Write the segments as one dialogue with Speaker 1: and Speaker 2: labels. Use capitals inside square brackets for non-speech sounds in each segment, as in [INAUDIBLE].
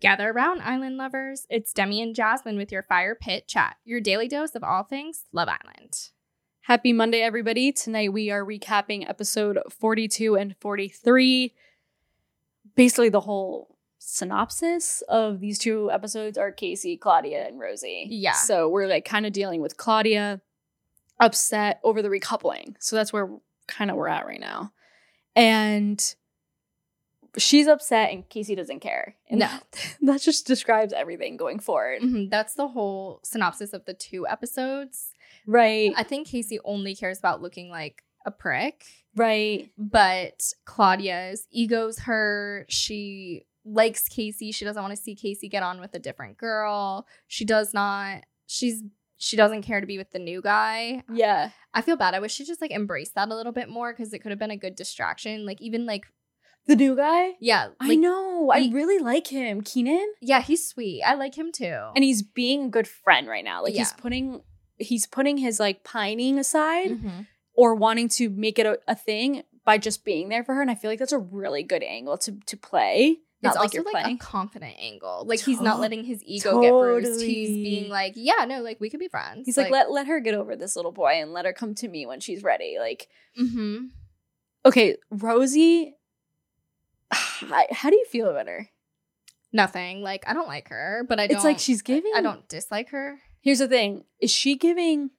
Speaker 1: Gather around, island lovers. It's Demi and Jocelyn with your Fire Pit Chat, your daily dose of all things Love Island.
Speaker 2: Happy Monday, everybody. Tonight we are recapping episode 42 and 43. Basically, the whole synopsis of these two episodes are Casey, Claudia, and Rosie.
Speaker 1: Yeah.
Speaker 2: So we're like kind of dealing with Claudia upset over the recoupling. So that's where kind of we're at right now. And she's upset and Casey doesn't care. And
Speaker 1: No.
Speaker 2: that, [LAUGHS] that just describes everything going forward.
Speaker 1: Mhm, That's the whole synopsis of the two episodes.
Speaker 2: Right.
Speaker 1: I think Casey only cares about looking like a prick,
Speaker 2: right.
Speaker 1: but Claudia's ego's hurt. She likes Casey. She doesn't want to see Casey get on with a different girl. She does not, she's, she doesn't care to be with the new guy.
Speaker 2: Yeah.
Speaker 1: I feel bad. I wish she just like embraced that a little bit more because it could have been a good distraction. Like even like
Speaker 2: The new guy?
Speaker 1: yeah, like,
Speaker 2: I know.
Speaker 1: he-
Speaker 2: I really like him, Keenan.
Speaker 1: Yeah, he's sweet. I like him too.
Speaker 2: And he's being a good friend right now. Like he's
Speaker 1: Yeah.
Speaker 2: putting he's putting his like pining aside
Speaker 1: Mm-hmm.
Speaker 2: or wanting to make it a, a thing by just being there for her. And I feel like that's a really good angle to to play. Not
Speaker 1: it's
Speaker 2: like
Speaker 1: also
Speaker 2: you're
Speaker 1: like
Speaker 2: playing.
Speaker 1: a confident angle. Like he's not
Speaker 2: To-
Speaker 1: letting his ego get bruised. He's
Speaker 2: totally.
Speaker 1: being like, yeah, no, like we could be friends.
Speaker 2: he's like, let let her get over this little boy and let her come to me when she's ready. Like,
Speaker 1: hmm
Speaker 2: okay, Rosie. [SIGHS] I- How do you feel about her?
Speaker 1: nothing. Like I don't like her, but I don't.
Speaker 2: It's like she's giving.
Speaker 1: I don't dislike her.
Speaker 2: Here's the thing: is she giving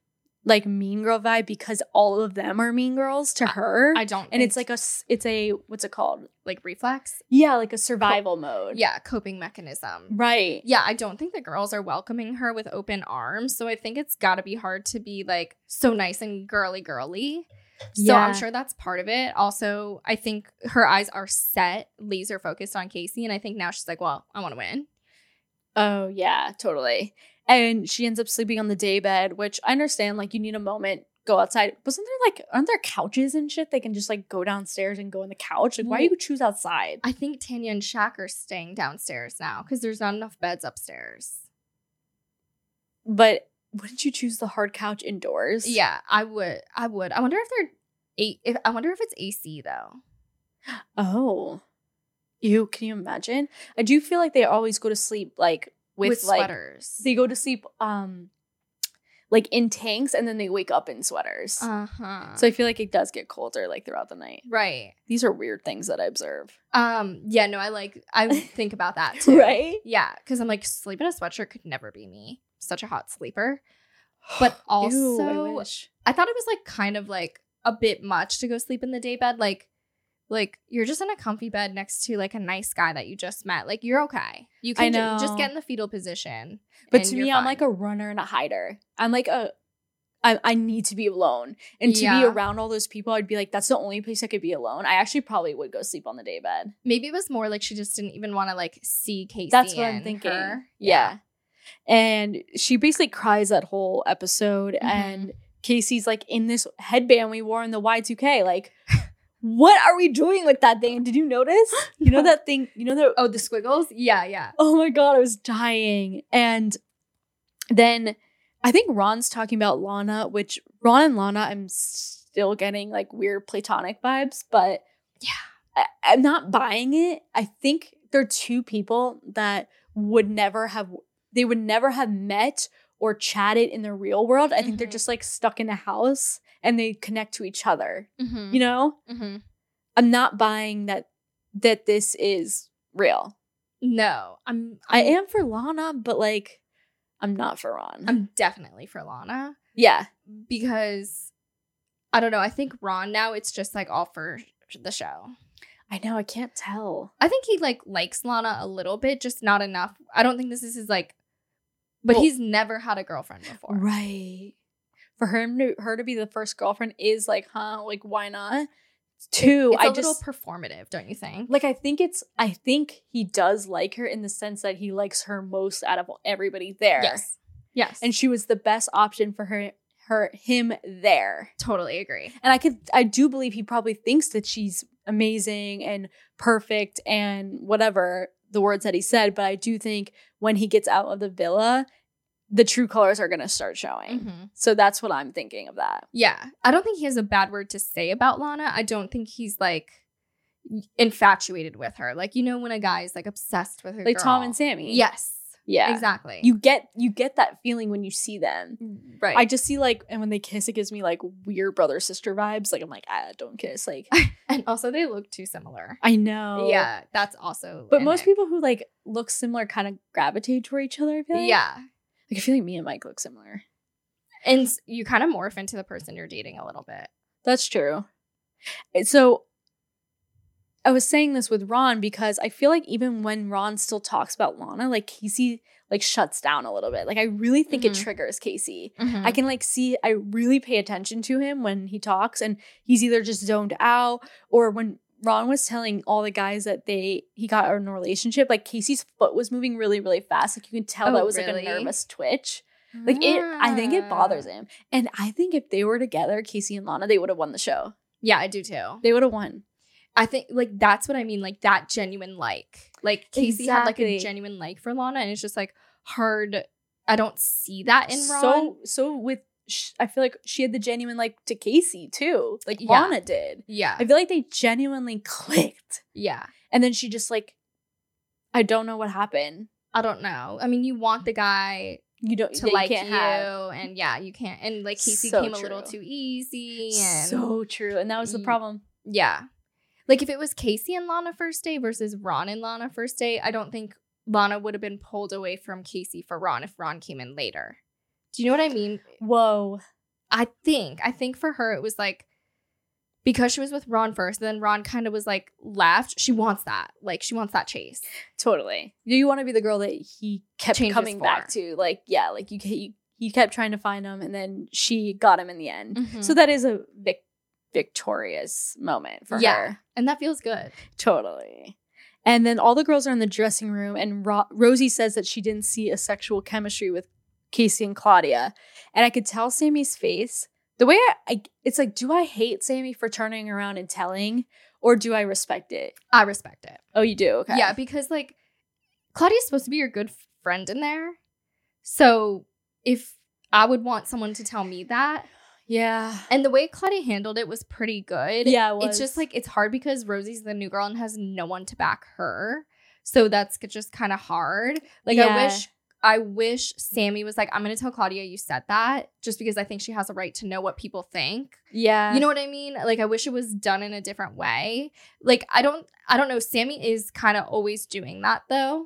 Speaker 2: like mean girl vibe because all of them are mean girls to her?
Speaker 1: I don't.
Speaker 2: and it's
Speaker 1: think-
Speaker 2: like a s- it's a what's it called
Speaker 1: like reflex.
Speaker 2: yeah like a survival mode
Speaker 1: Yeah, coping mechanism.
Speaker 2: right
Speaker 1: Yeah, I don't think the girls are welcoming her with open arms. So I think it's got to be hard to be like so nice and girly girly. So I'm
Speaker 2: Yeah.
Speaker 1: sure that's part of it. Also, I think her eyes are set, laser focused on Casey. And I think now she's like, well, I want to win.
Speaker 2: oh yeah totally and she ends up sleeping on the day bed which i understand like you need a moment go outside wasn't there like aren't there couches and shit they can just like go downstairs and go on the couch like why
Speaker 1: Well-
Speaker 2: you choose outside
Speaker 1: I think Tanya and Shaq are staying downstairs now because there's not enough beds upstairs.
Speaker 2: but wouldn't you choose the hard couch indoors
Speaker 1: Yeah, I would. I would. I wonder if they're. A- if, I wonder if it's AC though.
Speaker 2: oh you can you imagine i do feel like they always go to sleep like with, like
Speaker 1: sweaters.
Speaker 2: they go to sleep um like in tanks and then they wake up in sweaters.
Speaker 1: Uh huh.
Speaker 2: so I feel like it does get colder like throughout the night.
Speaker 1: right.
Speaker 2: These are weird things that I observe.
Speaker 1: [SIGHS] Um. Yeah. No. I like. I think about [LAUGHS] that too. Yeah, because I'm like sleep in a sweatshirt could never be me. Such a hot sleeper. But also,
Speaker 2: [GASPS] Ew, I
Speaker 1: I,
Speaker 2: wish.
Speaker 1: thought it was like kind of like a bit much to go sleep in the day bed. Like, like you're just in a comfy bed next to like a nice guy that you just met. Like you're okay. You
Speaker 2: I
Speaker 1: can ju- just
Speaker 2: know.
Speaker 1: get in the fetal position.
Speaker 2: But
Speaker 1: and
Speaker 2: to
Speaker 1: you're
Speaker 2: me, I'm
Speaker 1: fine.
Speaker 2: like a runner and a hider. I'm like a I, I need to be alone. And to be
Speaker 1: Yeah.
Speaker 2: around all those people, I'd be like, that's the only place I could be alone. I actually probably would go sleep on the day bed.
Speaker 1: maybe it was more like she just didn't even want to like see Casey.
Speaker 2: That's what I'm
Speaker 1: and
Speaker 2: thinking.
Speaker 1: her.
Speaker 2: Yeah. And she basically cries that whole episode. And Casey's like in this headband we wore in the Y2K. Like, [LAUGHS] what are we doing with that thing? Did you notice? You [LAUGHS] know that thing, you know that
Speaker 1: Oh, the squiggles. Yeah, yeah.
Speaker 2: oh my god, I was dying. And then I think Ron's talking about Lana, which Ron and Lana, I'm still getting like weird platonic vibes, but
Speaker 1: Yeah.
Speaker 2: I, I'm not buying it. I think they're two people that would never have they would never have met or chatted in the real world. I think they're
Speaker 1: Mhm.
Speaker 2: just like stuck in a house and they connect to each other.
Speaker 1: Mm-hmm.
Speaker 2: You know?
Speaker 1: mm-hmm.
Speaker 2: I'm not buying that that this is real.
Speaker 1: No, I'm.
Speaker 2: I
Speaker 1: I'm-
Speaker 2: am for Lana, but like, I'm not for Ron.
Speaker 1: I'm definitely for Lana.
Speaker 2: yeah,
Speaker 1: because I don't know. I think Ron now it's just like all for the show.
Speaker 2: I know. I can't tell.
Speaker 1: I think he like likes Lana a little bit, just not enough. I don't think this is his like, but
Speaker 2: Well-
Speaker 1: he's never had a girlfriend before.
Speaker 2: Right. For him to her to be the first girlfriend is like, huh? Like, why not? Two.
Speaker 1: It's a
Speaker 2: I
Speaker 1: little
Speaker 2: just
Speaker 1: performative, don't you think?
Speaker 2: like. I think it's. I think he does like her in the sense that he likes her most out of everybody there.
Speaker 1: yes, yes,
Speaker 2: And she was the best option for her. Her him there.
Speaker 1: totally agree.
Speaker 2: And I could, I do believe he probably thinks that she's amazing and perfect and whatever the words that he said. But I do think when he gets out of the villa, the true colors are going to start showing.
Speaker 1: Mhm.
Speaker 2: So that's what I'm thinking of that.
Speaker 1: Yeah, I don't think he has a bad word to say about Lana. I don't think he's like, infatuated with her. Like you know when a guy's like obsessed with her.
Speaker 2: like Tom
Speaker 1: girl.
Speaker 2: and Sammy.
Speaker 1: Yes.
Speaker 2: yeah.
Speaker 1: Exactly.
Speaker 2: You get you get that feeling when you see them.
Speaker 1: right.
Speaker 2: I just see like, and when they kiss, it gives me like weird brother sister vibes. Like I'm like, ah, don't kiss. Like
Speaker 1: [LAUGHS] and also they look too similar.
Speaker 2: I know.
Speaker 1: Yeah, that's also.
Speaker 2: Oh. But
Speaker 1: in
Speaker 2: most
Speaker 1: it.
Speaker 2: people who like look similar kind of gravitate toward each other. I feel like.
Speaker 1: Yeah,
Speaker 2: Like I feel like me and Mike look similar.
Speaker 1: and s- you kind of morph into the person you're dating a little bit.
Speaker 2: That's true. And So I was saying this with Ron because I feel like even when Ron still talks about Lana, like Casey like shuts down a little bit. Like I really think it
Speaker 1: Mhm.
Speaker 2: triggers Casey.
Speaker 1: Mm-hmm.
Speaker 2: I can like see I really pay attention to him when he talks and he's either just zoned out or when Ron was telling all the guys that they he got in a relationship, like Casey's foot was moving really, really fast. Like you could tell
Speaker 1: Oh,
Speaker 2: that was
Speaker 1: really?
Speaker 2: like a nervous twitch. Like it I think it bothers him. And I think if they were together, Casey and Lana, they would have won the show.
Speaker 1: Yeah, I do too.
Speaker 2: They would have won.
Speaker 1: I think like that's what I mean. Like that genuine like. Like Casey had like a
Speaker 2: Exactly.
Speaker 1: genuine like for Lana, and it's just like hard. I don't see that in Ron.
Speaker 2: So so with sh- I feel like she had the genuine like to Casey too. Like
Speaker 1: Yeah.
Speaker 2: Lana did.
Speaker 1: yeah,
Speaker 2: I feel like they genuinely [LAUGHS] clicked.
Speaker 1: yeah.
Speaker 2: And then she just like I don't know what happened.
Speaker 1: I don't know. I mean, you want the guy
Speaker 2: You don't
Speaker 1: to
Speaker 2: they
Speaker 1: like you,
Speaker 2: can't have.
Speaker 1: and yeah, you can't. And like Casey
Speaker 2: So
Speaker 1: came a little
Speaker 2: true.
Speaker 1: too easy, and
Speaker 2: So true. And that was the
Speaker 1: Ye-
Speaker 2: problem.
Speaker 1: Yeah. Like if it was Casey and Lana first day versus Ron and Lana first day, I don't think Lana would have been pulled away from Casey for Ron if Ron came in later. Do you know what I mean?
Speaker 2: Whoa.
Speaker 1: I think. I think for her it was like because she was with Ron first, then Ron kind of was like left. She wants that. Like she wants that chase.
Speaker 2: Totally. You want to be the girl that he kept
Speaker 1: Changes
Speaker 2: coming
Speaker 1: for.
Speaker 2: back to. Like, yeah, like you, ca- you he kept trying to find him and then she got him in the end.
Speaker 1: Mm-hmm.
Speaker 2: So that is a vic- victorious moment for
Speaker 1: Yeah.
Speaker 2: her.
Speaker 1: and that feels good.
Speaker 2: Totally. And then all the girls are in the dressing room, and Ro- Rosie says that she didn't see a sexual chemistry with Casey and Claudia. And I could tell Sammy's face. The way I, I it's like, do I hate Sammy for turning around and telling, or do I respect it?
Speaker 1: I respect it.
Speaker 2: Oh, you do. Okay.
Speaker 1: Yeah, because like Claudia's supposed to be your good friend in there. So if I would want someone to tell me that,
Speaker 2: Yeah.
Speaker 1: And the way Claudia handled it was pretty good.
Speaker 2: Yeah, it
Speaker 1: It's
Speaker 2: was.
Speaker 1: just like it's hard because Rosie's the new girl and has no one to back her. So that's c- just kind of hard. Like I
Speaker 2: Yeah.
Speaker 1: wish I wish Sammy was like, I'm gonna tell Claudia you said that just because I think she has a right to know what people think.
Speaker 2: Yeah.
Speaker 1: You know what I mean? Like I wish it was done in a different way. Like I don't I don't know. Sammy is kind of always doing that though.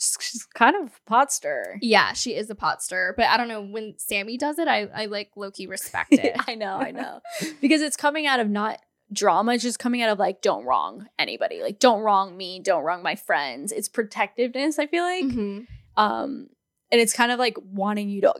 Speaker 2: she's kind of potster.
Speaker 1: Yeah, she is a potster, but I don't know when Sammy does it, I, I like Loki
Speaker 2: [LAUGHS]
Speaker 1: respect it.
Speaker 2: I know, I [LAUGHS] know. because it's coming out of not drama, it's just coming out of like, don't wrong anybody. Like, don't wrong me, don't wrong my friends. It's protectiveness, I feel like.
Speaker 1: Mhm.
Speaker 2: Um, and it's kind of like wanting you to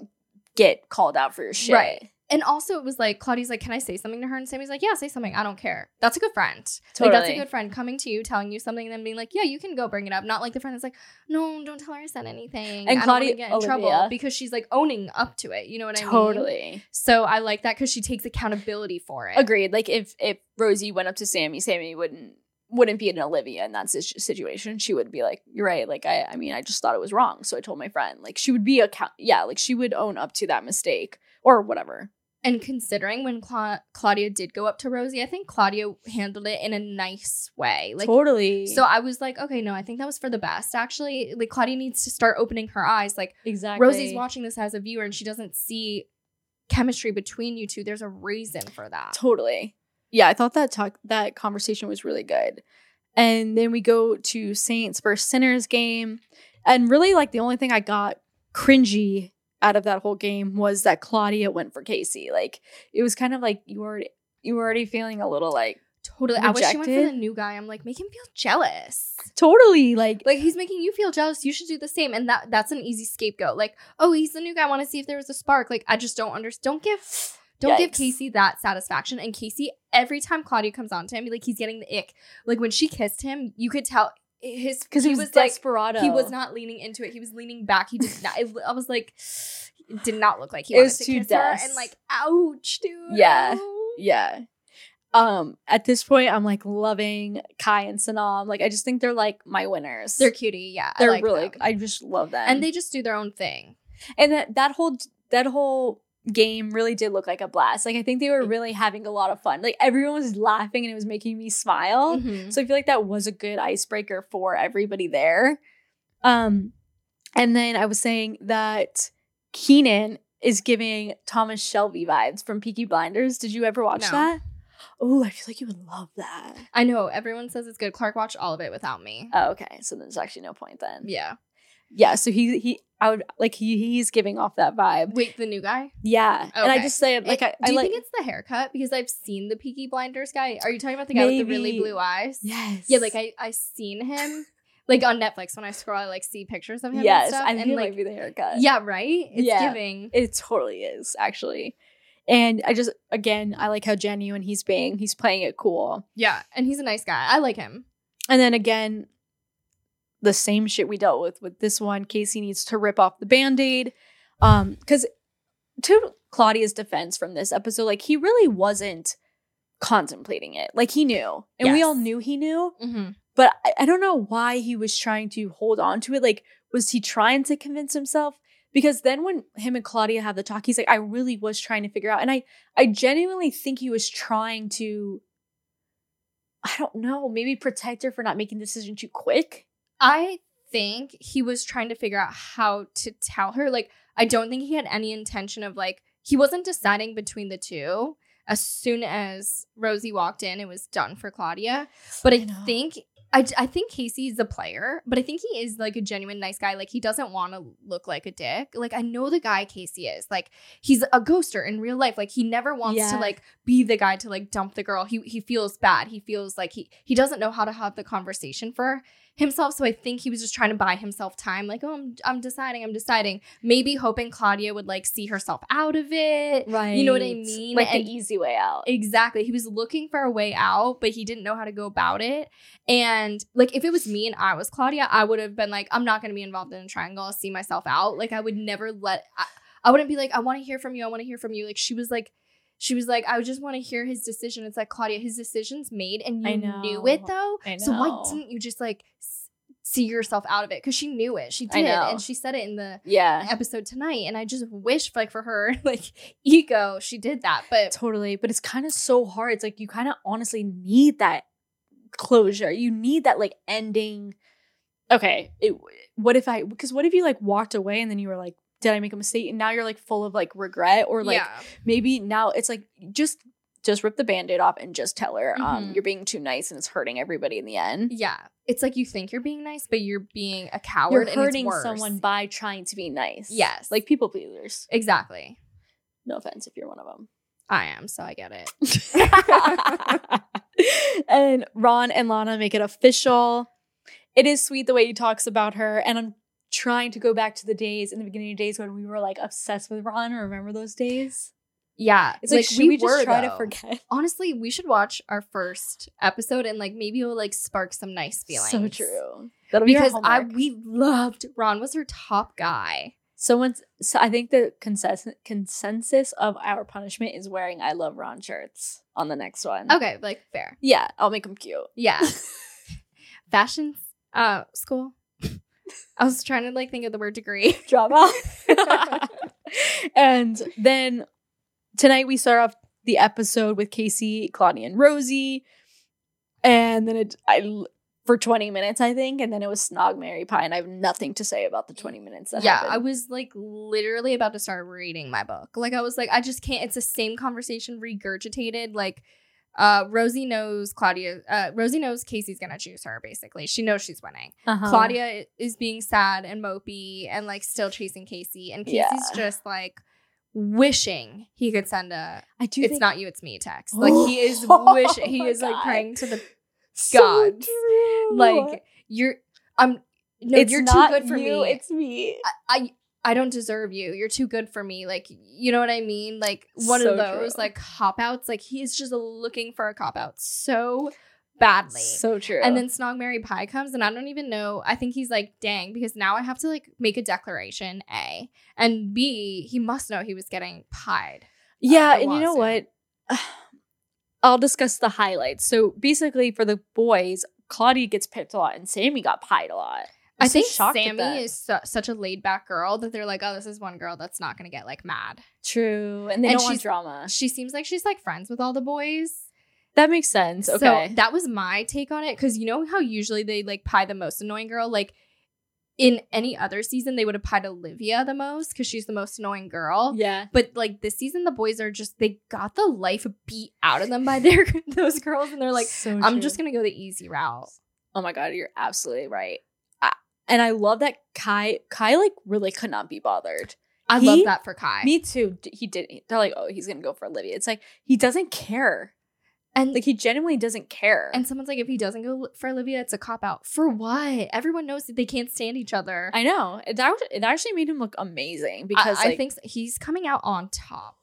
Speaker 2: get called out for your shit.
Speaker 1: Right. And also, it was like Claudia's like, "Can I say something to her?" And Sammy's like, "Yeah, say something. I don't care. That's a good friend. Like that's a
Speaker 2: Totally.
Speaker 1: good friend coming to you, telling you something, and then being like, "Yeah, you can go bring it up." Not like the friend that's like, "No, don't tell her I said anything."
Speaker 2: And
Speaker 1: I don't wanna
Speaker 2: Claudia-
Speaker 1: get in trouble
Speaker 2: Olivia.
Speaker 1: because she's like owning up to it. You know what I mean?
Speaker 2: Totally.
Speaker 1: So I like that because she takes accountability for it.
Speaker 2: Agreed. Like if if Rosie went up to Sammy, Sammy wouldn't wouldn't be an Olivia in that si- situation. She would be like, "You're right. Like I I mean, I just thought it was wrong, so I told my friend." Like she would be a yeah, like she would own up to that mistake or whatever.
Speaker 1: And considering when Cla- Claudia did go up to Rosie, I think Claudia handled it in a nice way. Like
Speaker 2: totally.
Speaker 1: so, I was like, okay, no, I think that was for the best. Actually, like Claudia needs to start opening her eyes. Like.
Speaker 2: exactly.
Speaker 1: Rosie's watching this as a viewer and she doesn't see chemistry between you two. There's a reason for that.
Speaker 2: Totally. Yeah, I thought that talk that conversation was really good. And then we go to Saints versus Sinners game. And really like the only thing I got cringy out of that whole game was that Claudia went for Casey. Like it was kind of like you were you were already feeling a little like
Speaker 1: Totally. I wish she went for the
Speaker 2: Rejected?
Speaker 1: new guy. I'm like, make him feel jealous.
Speaker 2: totally like
Speaker 1: Like he's making you feel jealous. You should do the same. And that that's an easy scapegoat. Like, oh, he's the new guy. I want to see if there was a spark. Like, I just don't understand. Don't give don't give
Speaker 2: Yikes.
Speaker 1: Casey that satisfaction. And Casey, every time Claudia comes on to him, like he's getting the ick. Like when she kissed him, you could tell his
Speaker 2: because he, was, desperado.
Speaker 1: He was not leaning into it. He was leaning back. He did not. I, I was like, it did not look like he
Speaker 2: It
Speaker 1: wanted
Speaker 2: was
Speaker 1: to
Speaker 2: too
Speaker 1: kiss
Speaker 2: dense.
Speaker 1: her. And like, ouch, dude.
Speaker 2: Yeah.
Speaker 1: Ow.
Speaker 2: Yeah. Um at this point I'm like loving Kai and Sanam. Like I just think they're like my winners.
Speaker 1: they're cutie. Yeah, I
Speaker 2: they're
Speaker 1: like
Speaker 2: really
Speaker 1: them.
Speaker 2: I just love them.
Speaker 1: and they just do their own thing.
Speaker 2: and that that whole that whole game really did look like a blast. Like I think they were
Speaker 1: Mm-hmm.
Speaker 2: really having a lot of fun. Like everyone was laughing and it was making me smile.
Speaker 1: Mhm.
Speaker 2: So I feel like that was a good icebreaker for everybody there. Um, and then I was saying that Keenan is giving Thomas Shelby vibes from Peaky Blinders. Did you ever watch
Speaker 1: No.
Speaker 2: that? Oh, I feel like you would love that.
Speaker 1: I know everyone says it's good. Clark watched all of it without me.
Speaker 2: Oh, okay. So there's actually no point then.
Speaker 1: yeah.
Speaker 2: Yeah. So he he I would like he he's giving off that vibe.
Speaker 1: Wait, the new guy?
Speaker 2: Yeah. And I
Speaker 1: Okay.
Speaker 2: just say like
Speaker 1: It-
Speaker 2: I, I
Speaker 1: do you
Speaker 2: like
Speaker 1: think it's the haircut? Because I've seen the Peaky Blinders guy. Are you talking about the guy with the really
Speaker 2: Maybe.
Speaker 1: blue eyes?
Speaker 2: yes.
Speaker 1: Yeah, like I I seen him like on Netflix when I scroll, I like see pictures of him.
Speaker 2: yes.
Speaker 1: and stuff,
Speaker 2: I think
Speaker 1: and
Speaker 2: it
Speaker 1: like
Speaker 2: might be the haircut.
Speaker 1: yeah, right. It's
Speaker 2: Yeah.
Speaker 1: giving.
Speaker 2: It totally is, actually. And I just again, I like how genuine he's being. He's playing it cool.
Speaker 1: Yeah, and he's a nice guy. I like him.
Speaker 2: And then again, the same shit we dealt with with this one. Casey needs to rip off the band-aid. Um, because to Claudia's defense from this episode, like he really wasn't contemplating it. Like he knew. And we
Speaker 1: Yes.
Speaker 2: all knew he knew,
Speaker 1: Mm-hmm.
Speaker 2: but I, I don't know why he was trying to hold on to it. Like, was he trying to convince himself? Because then when him and Claudia have the talk, he's like, I really was trying to figure out. And I I genuinely think he was trying to, I don't know, maybe protect her for not making the decision too quick.
Speaker 1: I think he was trying to figure out how to tell her. Like, I don't think he had any intention of like he wasn't deciding between the two. As soon as Rosie walked in, it was done for Claudia. But I,
Speaker 2: I know.
Speaker 1: think I, I think Casey is a player, but I think he is like a genuine nice guy. Like he doesn't want to look like a dick. Like I know the guy Casey is. Like he's a ghoster in real life. Like he never wants
Speaker 2: Yeah.
Speaker 1: to like be the guy to like dump the girl. He he feels bad. He feels like he he doesn't know how to have the conversation for himself. So I think he was just trying to buy himself time. Like oh I'm I'm deciding. I'm deciding. Maybe hoping Claudia would like see herself out of it.
Speaker 2: Right.
Speaker 1: You know what I mean?
Speaker 2: Like
Speaker 1: And-
Speaker 2: the easy way out.
Speaker 1: Exactly. He was looking for a way out, but he didn't know how to go about it. And like if it was me and I was Claudia, I would have been like, I'm not gonna be involved in a triangle. I'll see myself out. Like I would never let I, I wouldn't be like, I wanna hear from you, I wanna hear from you. Like she was like she was like, I just want to hear his decision. It's like Claudia, his decision's made, and
Speaker 2: I
Speaker 1: you
Speaker 2: know.
Speaker 1: knew it though.
Speaker 2: I
Speaker 1: So why
Speaker 2: know.
Speaker 1: didn't you just like s- see yourself out of it? Because she knew it. She
Speaker 2: I
Speaker 1: did,
Speaker 2: know.
Speaker 1: and she said it in the
Speaker 2: Yeah.
Speaker 1: episode tonight. And I just wish, like for her, [LAUGHS] like ego, she did that. But
Speaker 2: Totally. But it's kind of so hard. It's like you kind of honestly need that closure. You need that like ending. Okay. It, what if I, because what if you like walked away and then you were like, did I make a mistake? And now you're like full of like regret or like
Speaker 1: yeah.
Speaker 2: maybe now it's like just, just rip the band-aid off and just tell her um
Speaker 1: Mhm.
Speaker 2: you're being too nice and it's hurting everybody in the end.
Speaker 1: Yeah. It's like you think you're being nice, but you're being a coward.
Speaker 2: You're
Speaker 1: and it's
Speaker 2: hurting
Speaker 1: worse.
Speaker 2: someone by trying to be nice.
Speaker 1: Yes.
Speaker 2: Like people pleasers.
Speaker 1: Exactly.
Speaker 2: No offense if you're one of them.
Speaker 1: I am, so I get it.
Speaker 2: [LAUGHS] and Ron and Lana make it official. It is sweet the way he talks about her. And I'm trying to go back to the days in the beginning of days when we were like obsessed with Ron. Remember those days?
Speaker 1: [LAUGHS] Yeah.
Speaker 2: It's like, should we, just
Speaker 1: were,
Speaker 2: try to
Speaker 1: though.
Speaker 2: forget? [LAUGHS]
Speaker 1: Honestly, we should watch our first episode and like maybe it'll like spark some nice feelings.
Speaker 2: So true. That'll
Speaker 1: Because I
Speaker 2: homework.
Speaker 1: we loved Ron was her top guy.
Speaker 2: someone's so I think the consensus consensus of our punishment is wearing I love Ron shirts on the next one.
Speaker 1: Okay, like fair.
Speaker 2: Yeah, I'll make them cute. [LAUGHS]
Speaker 1: Yeah. Fashion uh school. I was trying to like think of the word degree.
Speaker 2: drama. [LAUGHS] and then tonight we start off the episode with Casey, Claudia, and Rosie. And then it I for 20 minutes, I think, and then it was Snog Mary Pie, and I have nothing to say about the 20 minutes that
Speaker 1: yeah, I
Speaker 2: happened.
Speaker 1: was like literally about to start reading my book. Like I was like, I just can't. It's the same conversation regurgitated. Like, uh, Rosie knows Claudia. Uh, Rosie knows Casey's gonna choose her. Basically, she knows she's winning.
Speaker 2: Uh-huh.
Speaker 1: Claudia i- is being sad and mopey and like still chasing Casey, and Casey's
Speaker 2: Yeah.
Speaker 1: just like wishing he could send a
Speaker 2: I do
Speaker 1: "It's
Speaker 2: think
Speaker 1: not you, it's me" text. Like he is wishing. He
Speaker 2: [GASPS] Oh
Speaker 1: is
Speaker 2: my
Speaker 1: like
Speaker 2: God.
Speaker 1: praying to the
Speaker 2: so
Speaker 1: gods.
Speaker 2: true.
Speaker 1: like you're. I'm. No,
Speaker 2: it's
Speaker 1: you're
Speaker 2: not
Speaker 1: too good for
Speaker 2: you,
Speaker 1: me.
Speaker 2: It's me.
Speaker 1: I I don't deserve you. You're too good for me. Like, you know what I mean? Like one
Speaker 2: So
Speaker 1: of those
Speaker 2: true.
Speaker 1: like cop outs. Like he is just looking for a cop out so badly.
Speaker 2: So true.
Speaker 1: and then Snog Mary Pie comes, and I don't even know. I think he's like, dang, because now I have to like make a declaration, A. And B, he must know he was getting pied.
Speaker 2: Yeah,
Speaker 1: the
Speaker 2: and you know
Speaker 1: lawsuit.
Speaker 2: what? [SIGHS] I'll discuss the highlights. So basically, for the boys, Claudia gets picked a lot, and Sammy got pied a lot. I'm
Speaker 1: I
Speaker 2: so
Speaker 1: think
Speaker 2: shocked at that.
Speaker 1: Sammy is su- such a laid back girl that they're like, oh, this is one girl that's not gonna get like mad.
Speaker 2: true, and they
Speaker 1: And
Speaker 2: don't want
Speaker 1: she's-
Speaker 2: drama.
Speaker 1: She seems like she's like friends with all the boys.
Speaker 2: That makes sense. Okay,
Speaker 1: So that was my take on it because you know how usually they like pie the most annoying girl. Like in any other season, they would have pied Olivia the most because she's the most annoying girl.
Speaker 2: yeah,
Speaker 1: But like this season, the boys are just they got the life beat out of them by their [LAUGHS] those girls, and they're like,
Speaker 2: So
Speaker 1: I'm
Speaker 2: true.
Speaker 1: just gonna go the easy route.
Speaker 2: Oh my god, you're absolutely right. I, and I love that Kai. Kai like really could not be bothered.
Speaker 1: I
Speaker 2: He-
Speaker 1: love that for Kai.
Speaker 2: Me too. D- He did. They're like, oh, he's gonna go for Olivia. It's like he doesn't care.
Speaker 1: and
Speaker 2: Like he genuinely doesn't care.
Speaker 1: and someone's like, if he doesn't go li- for Olivia, it's a cop out. For what? Everyone knows that they can't stand each other.
Speaker 2: I know it, act- it actually made him look amazing because
Speaker 1: I, I
Speaker 2: like,
Speaker 1: think s- he's coming out on top.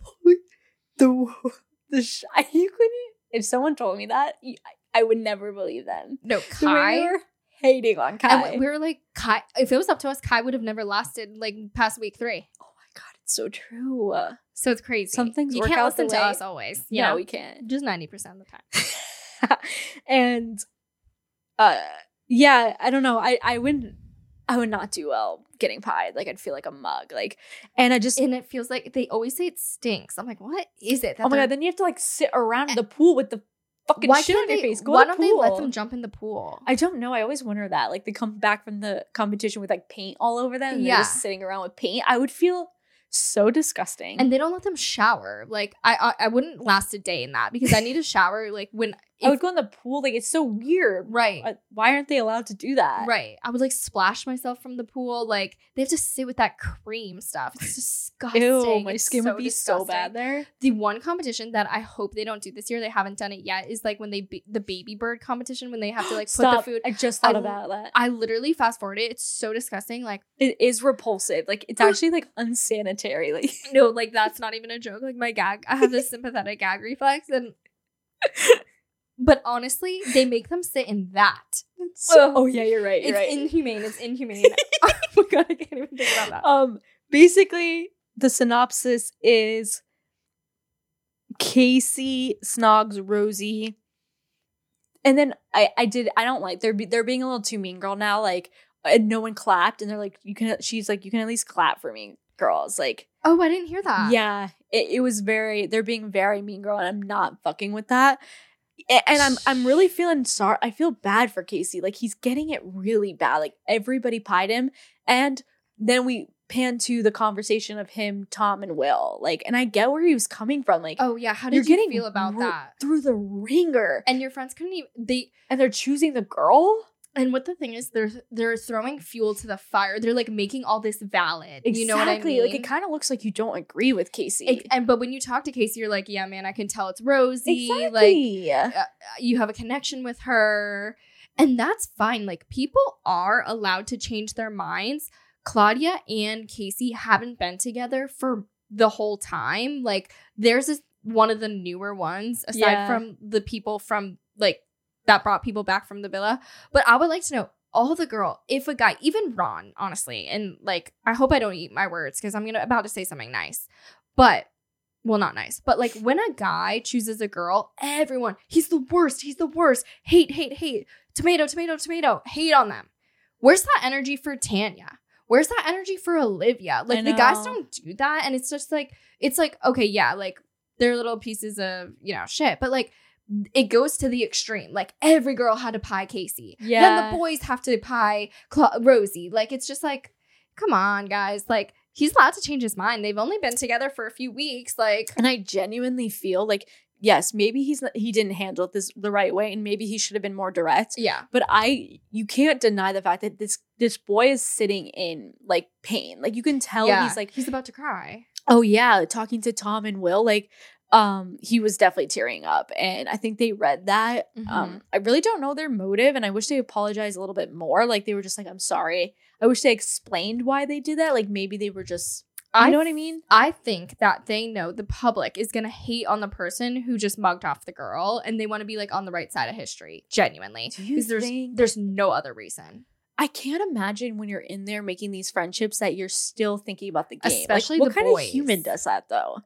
Speaker 2: the [LAUGHS] the sh- you couldn't. If someone told me that, you, I, I would never believe them.
Speaker 1: No,
Speaker 2: The way
Speaker 1: Kai.
Speaker 2: you were hating on Kai.
Speaker 1: And we- we were like, Kai, if it was up to us, Kai would have never lasted like past week three.
Speaker 2: oh my god, it's so true.
Speaker 1: So it's crazy.
Speaker 2: Some things
Speaker 1: you
Speaker 2: work
Speaker 1: can't
Speaker 2: out the
Speaker 1: listen to
Speaker 2: way-
Speaker 1: us always. You
Speaker 2: yeah,
Speaker 1: know,
Speaker 2: we can't.
Speaker 1: just ninety percent of the time.
Speaker 2: [LAUGHS] and uh yeah, I don't know. I I wouldn't I would not do well getting pied. Like I'd feel like a mug. Like and I just
Speaker 1: And it feels like they always say it stinks. I'm like, what is it?
Speaker 2: Oh my
Speaker 1: they're-
Speaker 2: god, then you have to like sit around the pool with the fucking
Speaker 1: Eh, why
Speaker 2: shit
Speaker 1: can't
Speaker 2: on your
Speaker 1: they-
Speaker 2: face. Go
Speaker 1: why
Speaker 2: to the
Speaker 1: don't
Speaker 2: pool.
Speaker 1: they let them jump in the pool?
Speaker 2: I don't know. I always wonder that. Like they come back from the competition with like paint all over them. And They're
Speaker 1: Yeah.
Speaker 2: just sitting around with paint. I would feel so disgusting.
Speaker 1: and they don't let them shower. Like I, I, I wouldn't last a day in that because I
Speaker 2: [LAUGHS]
Speaker 1: need a shower. Like when
Speaker 2: I would go in the pool. Like it's so weird.
Speaker 1: right,
Speaker 2: Uh, Why aren't they allowed to do that?
Speaker 1: right. I would like splash myself from the pool. Like they have to sit with that cream stuff. It's disgusting.
Speaker 2: Ew, my
Speaker 1: It's
Speaker 2: skin would be so
Speaker 1: disgusting.
Speaker 2: bad there.
Speaker 1: the one competition that I hope they don't do this year, they haven't done it yet, is like when they ba- the baby bird competition when they have to like put
Speaker 2: Stop.
Speaker 1: the food.
Speaker 2: I just thought
Speaker 1: I-
Speaker 2: about that.
Speaker 1: I literally fast forward it. It's so disgusting. Like [LAUGHS]
Speaker 2: It is repulsive. Like it's actually like unsanitary. [LAUGHS] Like
Speaker 1: no, like that's not even a joke. Like my gag, I have
Speaker 2: [LAUGHS]
Speaker 1: this sympathetic gag reflex, and but honestly, they make them sit in that.
Speaker 2: it's so-
Speaker 1: Ugh.
Speaker 2: oh yeah, you're right.
Speaker 1: It's
Speaker 2: You're right.
Speaker 1: inhumane. It's
Speaker 2: [LAUGHS]
Speaker 1: inhumane. [LAUGHS] oh my god, I can't even think about that.
Speaker 2: um, basically, the synopsis is Casey snogs Rosie, and then I I did I don't like they're be, they're being a little too mean girl now. Like and no one clapped, and they're like you can she's like you can at least clap for me, girls. Like
Speaker 1: Oh, I didn't hear that.
Speaker 2: yeah, it, it was very they're being very mean girl, and I'm not fucking with that. A- And I'm
Speaker 1: [SIGHS]
Speaker 2: I'm really feeling sorry. I feel bad for Casey. Like he's getting it really bad. Like everybody pied him, and then we pan to the conversation of him, Tom, and Will. Like, and I get where he was coming from. Like
Speaker 1: Oh yeah. How
Speaker 2: You're
Speaker 1: did you
Speaker 2: getting
Speaker 1: feel about
Speaker 2: ru-
Speaker 1: that?
Speaker 2: through the ringer,
Speaker 1: And your friends couldn't even they
Speaker 2: and they're choosing the girl.
Speaker 1: And what the thing is, they're they're throwing fuel to the fire. They're like making all this valid. You know what I mean?
Speaker 2: Like it kind of looks like you don't agree with Casey.
Speaker 1: It- and but when you talk to Casey, you're like, yeah, man, I can tell it's Rosie. Like
Speaker 2: exactly.
Speaker 1: you have a connection with her, and that's fine. Like people are allowed to change their minds. Claudia and Casey haven't been together for the whole time. Like there's this one of the newer ones aside
Speaker 2: Yeah.
Speaker 1: from the people from like that brought people back from the villa. But I would like to know all the girl, if a guy, even Ron, honestly, and like I hope I don't eat my words because I'm gonna about to say something nice, but well, not nice, but like when a guy chooses a girl, everyone, he's the worst, he's the worst, hate, hate, hate, tomato, tomato, tomato, hate on them. Where's that energy for Tanya? Where's that energy for Olivia? Like the guys
Speaker 2: know.
Speaker 1: don't do that, and it's just like it's like okay, yeah, like they're little pieces of you know shit, but like it goes to the extreme. Like every girl had to pie Casey. Then
Speaker 2: Yeah.
Speaker 1: the boys have to pie Cla- Rosie. Like it's just like, come on, guys. Like he's allowed to change his mind. They've only been together for a few weeks. Like
Speaker 2: And I genuinely feel like, yes, maybe he's not, he didn't handle it this the right way, and maybe he should have been more direct.
Speaker 1: yeah,
Speaker 2: But I, you can't deny the fact that this this boy is sitting in like pain. Like you can tell
Speaker 1: yeah.
Speaker 2: he's like,
Speaker 1: he's about to cry.
Speaker 2: oh yeah, talking to Tom and Will, like, um, he was definitely tearing up, and I think they read that.
Speaker 1: Mm-hmm.
Speaker 2: Um, I really don't know their motive, and I wish they apologized a little bit more. Like they were just like, I'm sorry. I wish they explained why they did that. Like maybe they were just, you
Speaker 1: I
Speaker 2: know what I mean?
Speaker 1: I think that they know the public is gonna hate on the person who just mugged off the girl, and they want to be like on the right side of history, genuinely.
Speaker 2: Do you
Speaker 1: Because there's
Speaker 2: think-
Speaker 1: there's no other reason,
Speaker 2: I can't imagine when you're in there making these friendships that you're still thinking about the game. Like,
Speaker 1: Especially
Speaker 2: what
Speaker 1: the
Speaker 2: kind
Speaker 1: boys.
Speaker 2: of human does that though?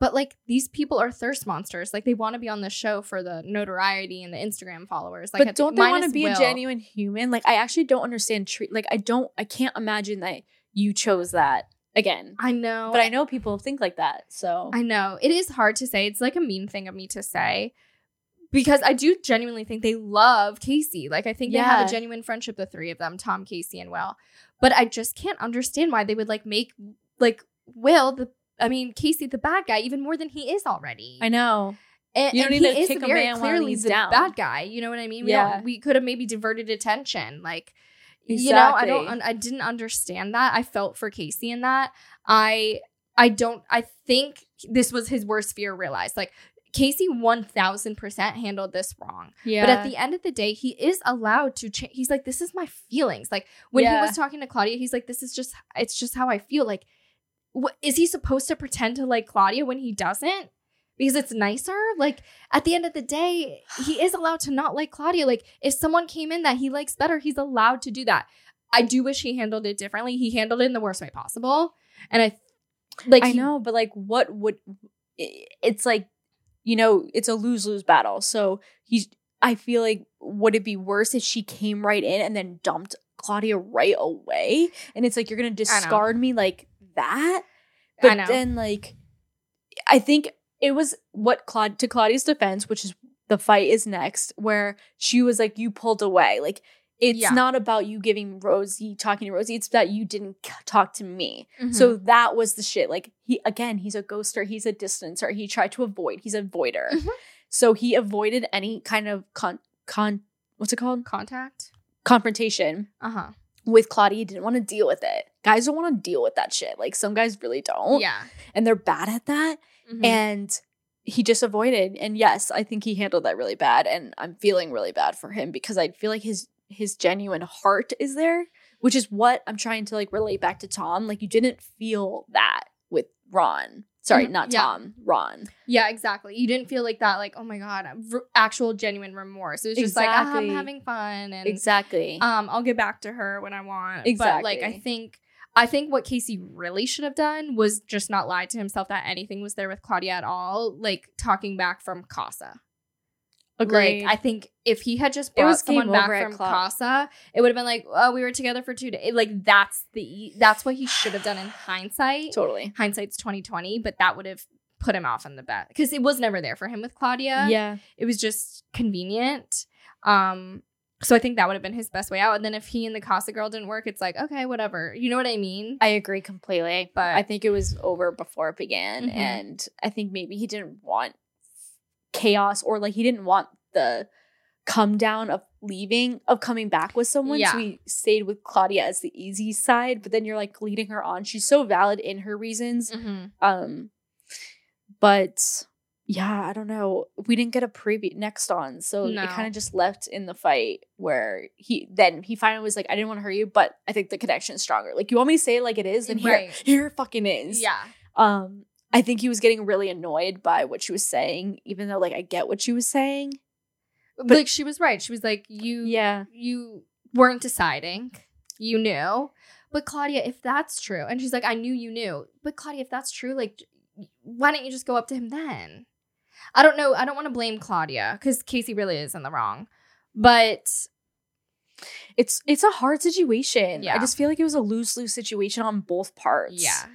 Speaker 1: But like these people are thirst monsters. Like they want to be on the show for the notoriety and the Instagram followers. Like I think-
Speaker 2: but don't they want to
Speaker 1: minus
Speaker 2: be a
Speaker 1: Will.
Speaker 2: genuine human? Like I actually don't understand treat. Like I don't. I can't imagine that you chose that again.
Speaker 1: I know.
Speaker 2: But I know people think like that. So
Speaker 1: I know. It is hard to say. It's like a mean thing of me to say because I do genuinely think they love Casey. Like, I think they have
Speaker 2: Yeah.
Speaker 1: a genuine friendship, the three of them Tom, Casey, and Will. But I just can't understand why they would like make, like, Will, the, I mean, Casey, the bad guy, even more than he is already.
Speaker 2: I know.
Speaker 1: And,
Speaker 2: You don't
Speaker 1: and
Speaker 2: need
Speaker 1: he
Speaker 2: to
Speaker 1: is
Speaker 2: kick a
Speaker 1: very
Speaker 2: man while
Speaker 1: clearly
Speaker 2: he's
Speaker 1: the
Speaker 2: down.
Speaker 1: bad guy. You know what I mean? We
Speaker 2: Yeah.
Speaker 1: don't, we could have maybe diverted attention. Like, you know, I don't,
Speaker 2: Exactly.
Speaker 1: un- I didn't understand that. I felt for Casey in that. I, I don't, I think this was his worst fear realized. Like, Casey 1000% handled this wrong.
Speaker 2: Yeah.
Speaker 1: But at the end of the day, he is allowed to change. He's like, this is my feelings. Like, when he
Speaker 2: Yeah.
Speaker 1: was talking to Claudia, he's like, this is just, it's just how I feel. Like, what is he supposed to pretend to like Claudia when he doesn't? Because it's nicer. Like at the end of the day, he
Speaker 2: [SIGHS]
Speaker 1: is allowed to not like Claudia. Like if someone came in that he likes better, he's allowed to do that. I do wish he handled it differently. He handled it in the worst way possible, and I like
Speaker 2: I
Speaker 1: he-
Speaker 2: know, but like, what would? i- It's like, you know, it's a lose lose battle. So he's. I feel like would it be worse if she came right in and then dumped Claudia right away? And it's like you're gonna discard me like that. But
Speaker 1: I know.
Speaker 2: then like, I think it was what Claude to Claudia's defense, which is the fight is next, where she was like, you pulled away, like. It's
Speaker 1: Yeah.
Speaker 2: not about you giving Rosie talking to Rosie. It's that you didn't c- talk to me.
Speaker 1: Mm-hmm.
Speaker 2: So that was the shit. Like he again, he's a ghoster, he's a distancer. He tried to avoid. He's a voider.
Speaker 1: Mhm.
Speaker 2: So he avoided any kind of con con what's it called?
Speaker 1: contact.
Speaker 2: Confrontation
Speaker 1: Uh huh.
Speaker 2: with Claudia. He didn't want to deal with it. Guys don't want to deal with that shit. Like some guys really don't.
Speaker 1: Yeah.
Speaker 2: And they're bad at that.
Speaker 1: Mhm.
Speaker 2: And he just avoided. And yes, I think he handled that really bad. And I'm feeling really bad for him because I feel like his his genuine heart is there, which is what I'm trying to like relate back to Tom. Like you didn't feel that with Ron. Sorry,
Speaker 1: Mhm,
Speaker 2: not
Speaker 1: yeah.
Speaker 2: Tom. Ron.
Speaker 1: Yeah, exactly. You didn't feel like that, like, oh my God, r- actual genuine remorse. It was just like, ah, I'm
Speaker 2: Exactly.
Speaker 1: having fun and
Speaker 2: Exactly.
Speaker 1: um, I'll get back to her when I want. But like, I
Speaker 2: Exactly.
Speaker 1: think, I think what Casey really should have done was just not lie to himself that anything was there with Claudia at all, like talking back from Casa.
Speaker 2: Agreed.
Speaker 1: Like, I think if he had just
Speaker 2: It
Speaker 1: brought
Speaker 2: was
Speaker 1: someone
Speaker 2: game
Speaker 1: back
Speaker 2: over at
Speaker 1: from
Speaker 2: Cla-
Speaker 1: Casa, it would have been like, oh, we were together for two days. Like, that's the, that's what he should have done in hindsight
Speaker 2: totally.
Speaker 1: hindsight's 2020 but that would have put him off on the bet because it was never there for him with claudia it was just convenient um so i think that would have been his best way out and then if he and the casa girl didn't work it's like okay whatever you know what i mean
Speaker 2: I agree completely. Mm-hmm.
Speaker 1: But-
Speaker 2: Mm-hmm. I think it was over before it began.
Speaker 1: Mhm.
Speaker 2: And I think maybe he didn't want chaos or like he didn't want the come down of leaving, of coming back with someone.
Speaker 1: Yeah.
Speaker 2: So he stayed with Claudia as the easy side. But then you're like leading her on. She's so valid in her reasons. Um but yeah, I don't know. We didn't get a preview next on, so
Speaker 1: No.
Speaker 2: it kind of just left in the fight where he then he finally was like, "I didn't want to hurt you, but I think the connection is stronger." Like, you want me to say it like it is, then
Speaker 1: Right.
Speaker 2: here, here it fucking is.
Speaker 1: yeah
Speaker 2: Um, I think he was getting really annoyed by what she was saying, even though like I get what she was saying.
Speaker 1: but like she was right she was like you
Speaker 2: Yeah,
Speaker 1: you weren't deciding you knew but claudia if that's true and she's like i knew you knew but claudia if that's true like why don't you just go up to him then i don't know i don't want to blame claudia because casey really is in the wrong but
Speaker 2: it's it's a hard situation. I
Speaker 1: Yeah.
Speaker 2: just feel like it was a lose lose situation on both parts.
Speaker 1: yeah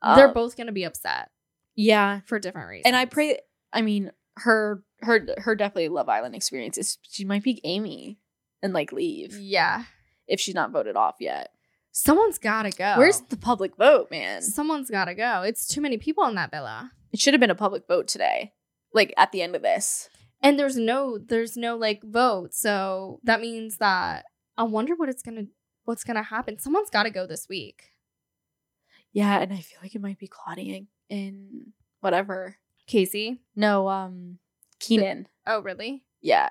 Speaker 2: Um,
Speaker 1: they're both gonna be upset
Speaker 2: yeah.
Speaker 1: for different reasons
Speaker 2: and I pray. I mean, her her her definitely Love Island experience is she might be Amy and like leave
Speaker 1: yeah
Speaker 2: if she's not voted off yet.
Speaker 1: someone's gotta go
Speaker 2: Where's the public vote, man?
Speaker 1: someone's gotta go it's too many people in that villa
Speaker 2: It should have been a public vote today, like at the end of this.
Speaker 1: and there's no there's no like vote so that means that i wonder what it's gonna what's gonna happen someone's gotta go this week
Speaker 2: Yeah, and I feel like it might be Claudia and whatever.
Speaker 1: casey
Speaker 2: No, um, Keenan.
Speaker 1: oh really
Speaker 2: Yeah,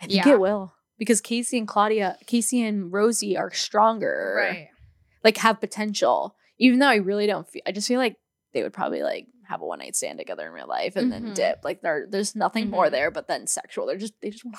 Speaker 2: I think
Speaker 1: Yeah.
Speaker 2: it will because Casey and Claudia, Casey and Rosie are stronger. like have potential. Even though I really don't feel, I just feel like they would probably like have a one night stand together in real life and then
Speaker 1: Mhm.
Speaker 2: dip. Like there, there's nothing more
Speaker 1: Mhm.
Speaker 2: there, but then sexual. They're just they just want.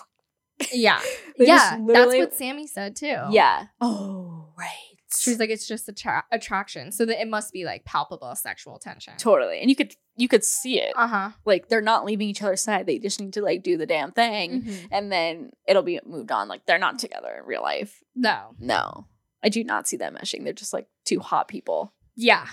Speaker 1: [LAUGHS] yeah
Speaker 2: [LAUGHS] They just
Speaker 1: yeah that's
Speaker 2: literally-
Speaker 1: what sammy said too
Speaker 2: Yeah. Oh right.
Speaker 1: She was like, it's just attra- attraction. So that it must be like palpable sexual tension.
Speaker 2: totally. And you could you could see it.
Speaker 1: Uh huh.
Speaker 2: Like they're not leaving each other's side. They just need to like do the damn thing.
Speaker 1: Mm-hmm.
Speaker 2: And then it'll be moved on. Like they're not together in real life.
Speaker 1: No.
Speaker 2: No. I do not see them meshing. They're just like two hot people.
Speaker 1: Yeah.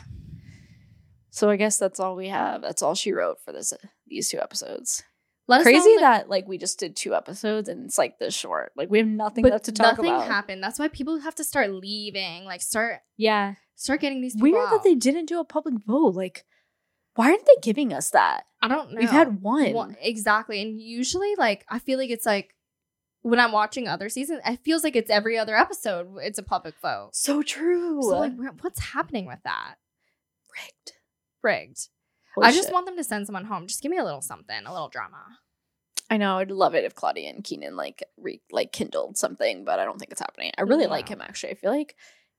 Speaker 2: So I guess that's all we have. That's all she wrote for this uh, these two episodes.
Speaker 1: Let us know
Speaker 2: Crazy
Speaker 1: in the-
Speaker 2: that like we just did two episodes and it's like this short. Like we have nothing
Speaker 1: but
Speaker 2: left to talk
Speaker 1: nothing
Speaker 2: about.
Speaker 1: happened. That's why people have to start leaving. Like start
Speaker 2: yeah.
Speaker 1: start getting these people
Speaker 2: Weird that
Speaker 1: out.
Speaker 2: they didn't do a public vote. Like why aren't they giving us that?
Speaker 1: I don't know.
Speaker 2: We've had one.
Speaker 1: Well, exactly. And usually, like, I feel like it's like when I'm watching other seasons, it feels like it's every other episode. It's a public vote.
Speaker 2: So true.
Speaker 1: So, like, where- what's happening with that?
Speaker 2: rigged.
Speaker 1: Rigged. I just want them to send someone home. Just give me a little something, a little drama.
Speaker 2: I know I'd love it if Claudia and Keenan like re- like kindled something, but I don't think it's happening. I really like
Speaker 1: Yeah.
Speaker 2: him actually. I feel like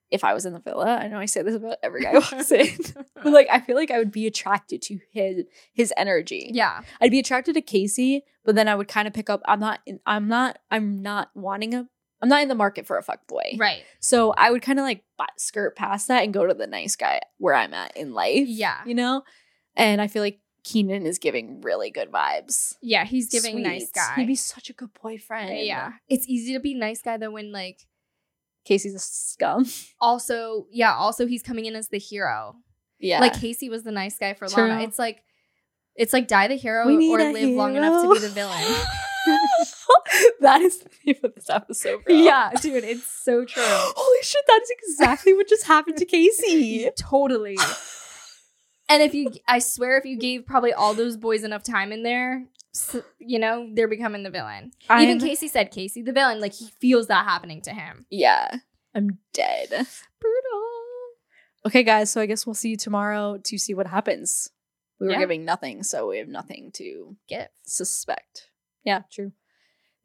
Speaker 2: if I was in the villa, I know I say this about every guy I [LAUGHS] was in.
Speaker 1: [LAUGHS]
Speaker 2: But like I feel like I would be attracted to his his energy.
Speaker 1: yeah.
Speaker 2: I'd be attracted to Casey, but then I would kind of pick up I'm not in, I'm not I'm not wanting a I'm not in the market for a fuck boy.
Speaker 1: Right.
Speaker 2: So I would kind of like butt- skirt past that and go to the nice guy where I'm at in life.
Speaker 1: Yeah.
Speaker 2: You know? And I feel like Keenan is giving really good vibes.
Speaker 1: Yeah. He's giving nice
Speaker 2: Sweet.
Speaker 1: guy. Uh,
Speaker 2: He'd be such a good boyfriend.
Speaker 1: yeah. It's easy to be nice guy though when like
Speaker 2: Casey's a scum.
Speaker 1: also yeah also he's coming in as the hero.
Speaker 2: Yeah.
Speaker 1: Like Casey was the nice guy for
Speaker 2: True.
Speaker 1: Lana. It's like it's like die the hero
Speaker 2: We need
Speaker 1: or
Speaker 2: a
Speaker 1: live long enough to
Speaker 2: hero.
Speaker 1: be the
Speaker 2: [LAUGHS]
Speaker 1: villain.
Speaker 2: that is the name of this episode. bro.
Speaker 1: Yeah, dude, it's so true.
Speaker 2: [GASPS] Holy shit, that is exactly what just happened
Speaker 1: [LAUGHS]
Speaker 2: to Casey.
Speaker 1: totally. And if you, I swear, if you gave probably all those boys enough time in there, s you know, they're becoming the villain. Even
Speaker 2: I'm-
Speaker 1: Casey said, Casey, the villain, like he feels that happening to him.
Speaker 2: Yeah. I'm dead.
Speaker 1: Brutal.
Speaker 2: Okay, guys, so I guess we'll see you tomorrow to see what happens. We were
Speaker 1: Yeah.
Speaker 2: giving nothing, so we have nothing to
Speaker 1: Get
Speaker 2: suspect. Yeah, true.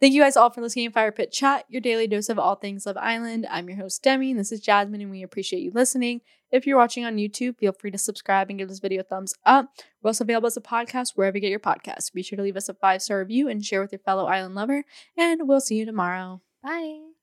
Speaker 2: Thank you guys all for listening to Fire Pit Chat, your daily dose of all things Love Island. I'm your host, Demi, and this is Jasmine, and we appreciate you listening. If you're watching on YouTube, feel free to subscribe and give this video a thumbs up. We're also available as a podcast wherever you get your podcasts. Be sure to leave us a five star review and share with your fellow island lover, and we'll see you tomorrow.
Speaker 1: bye.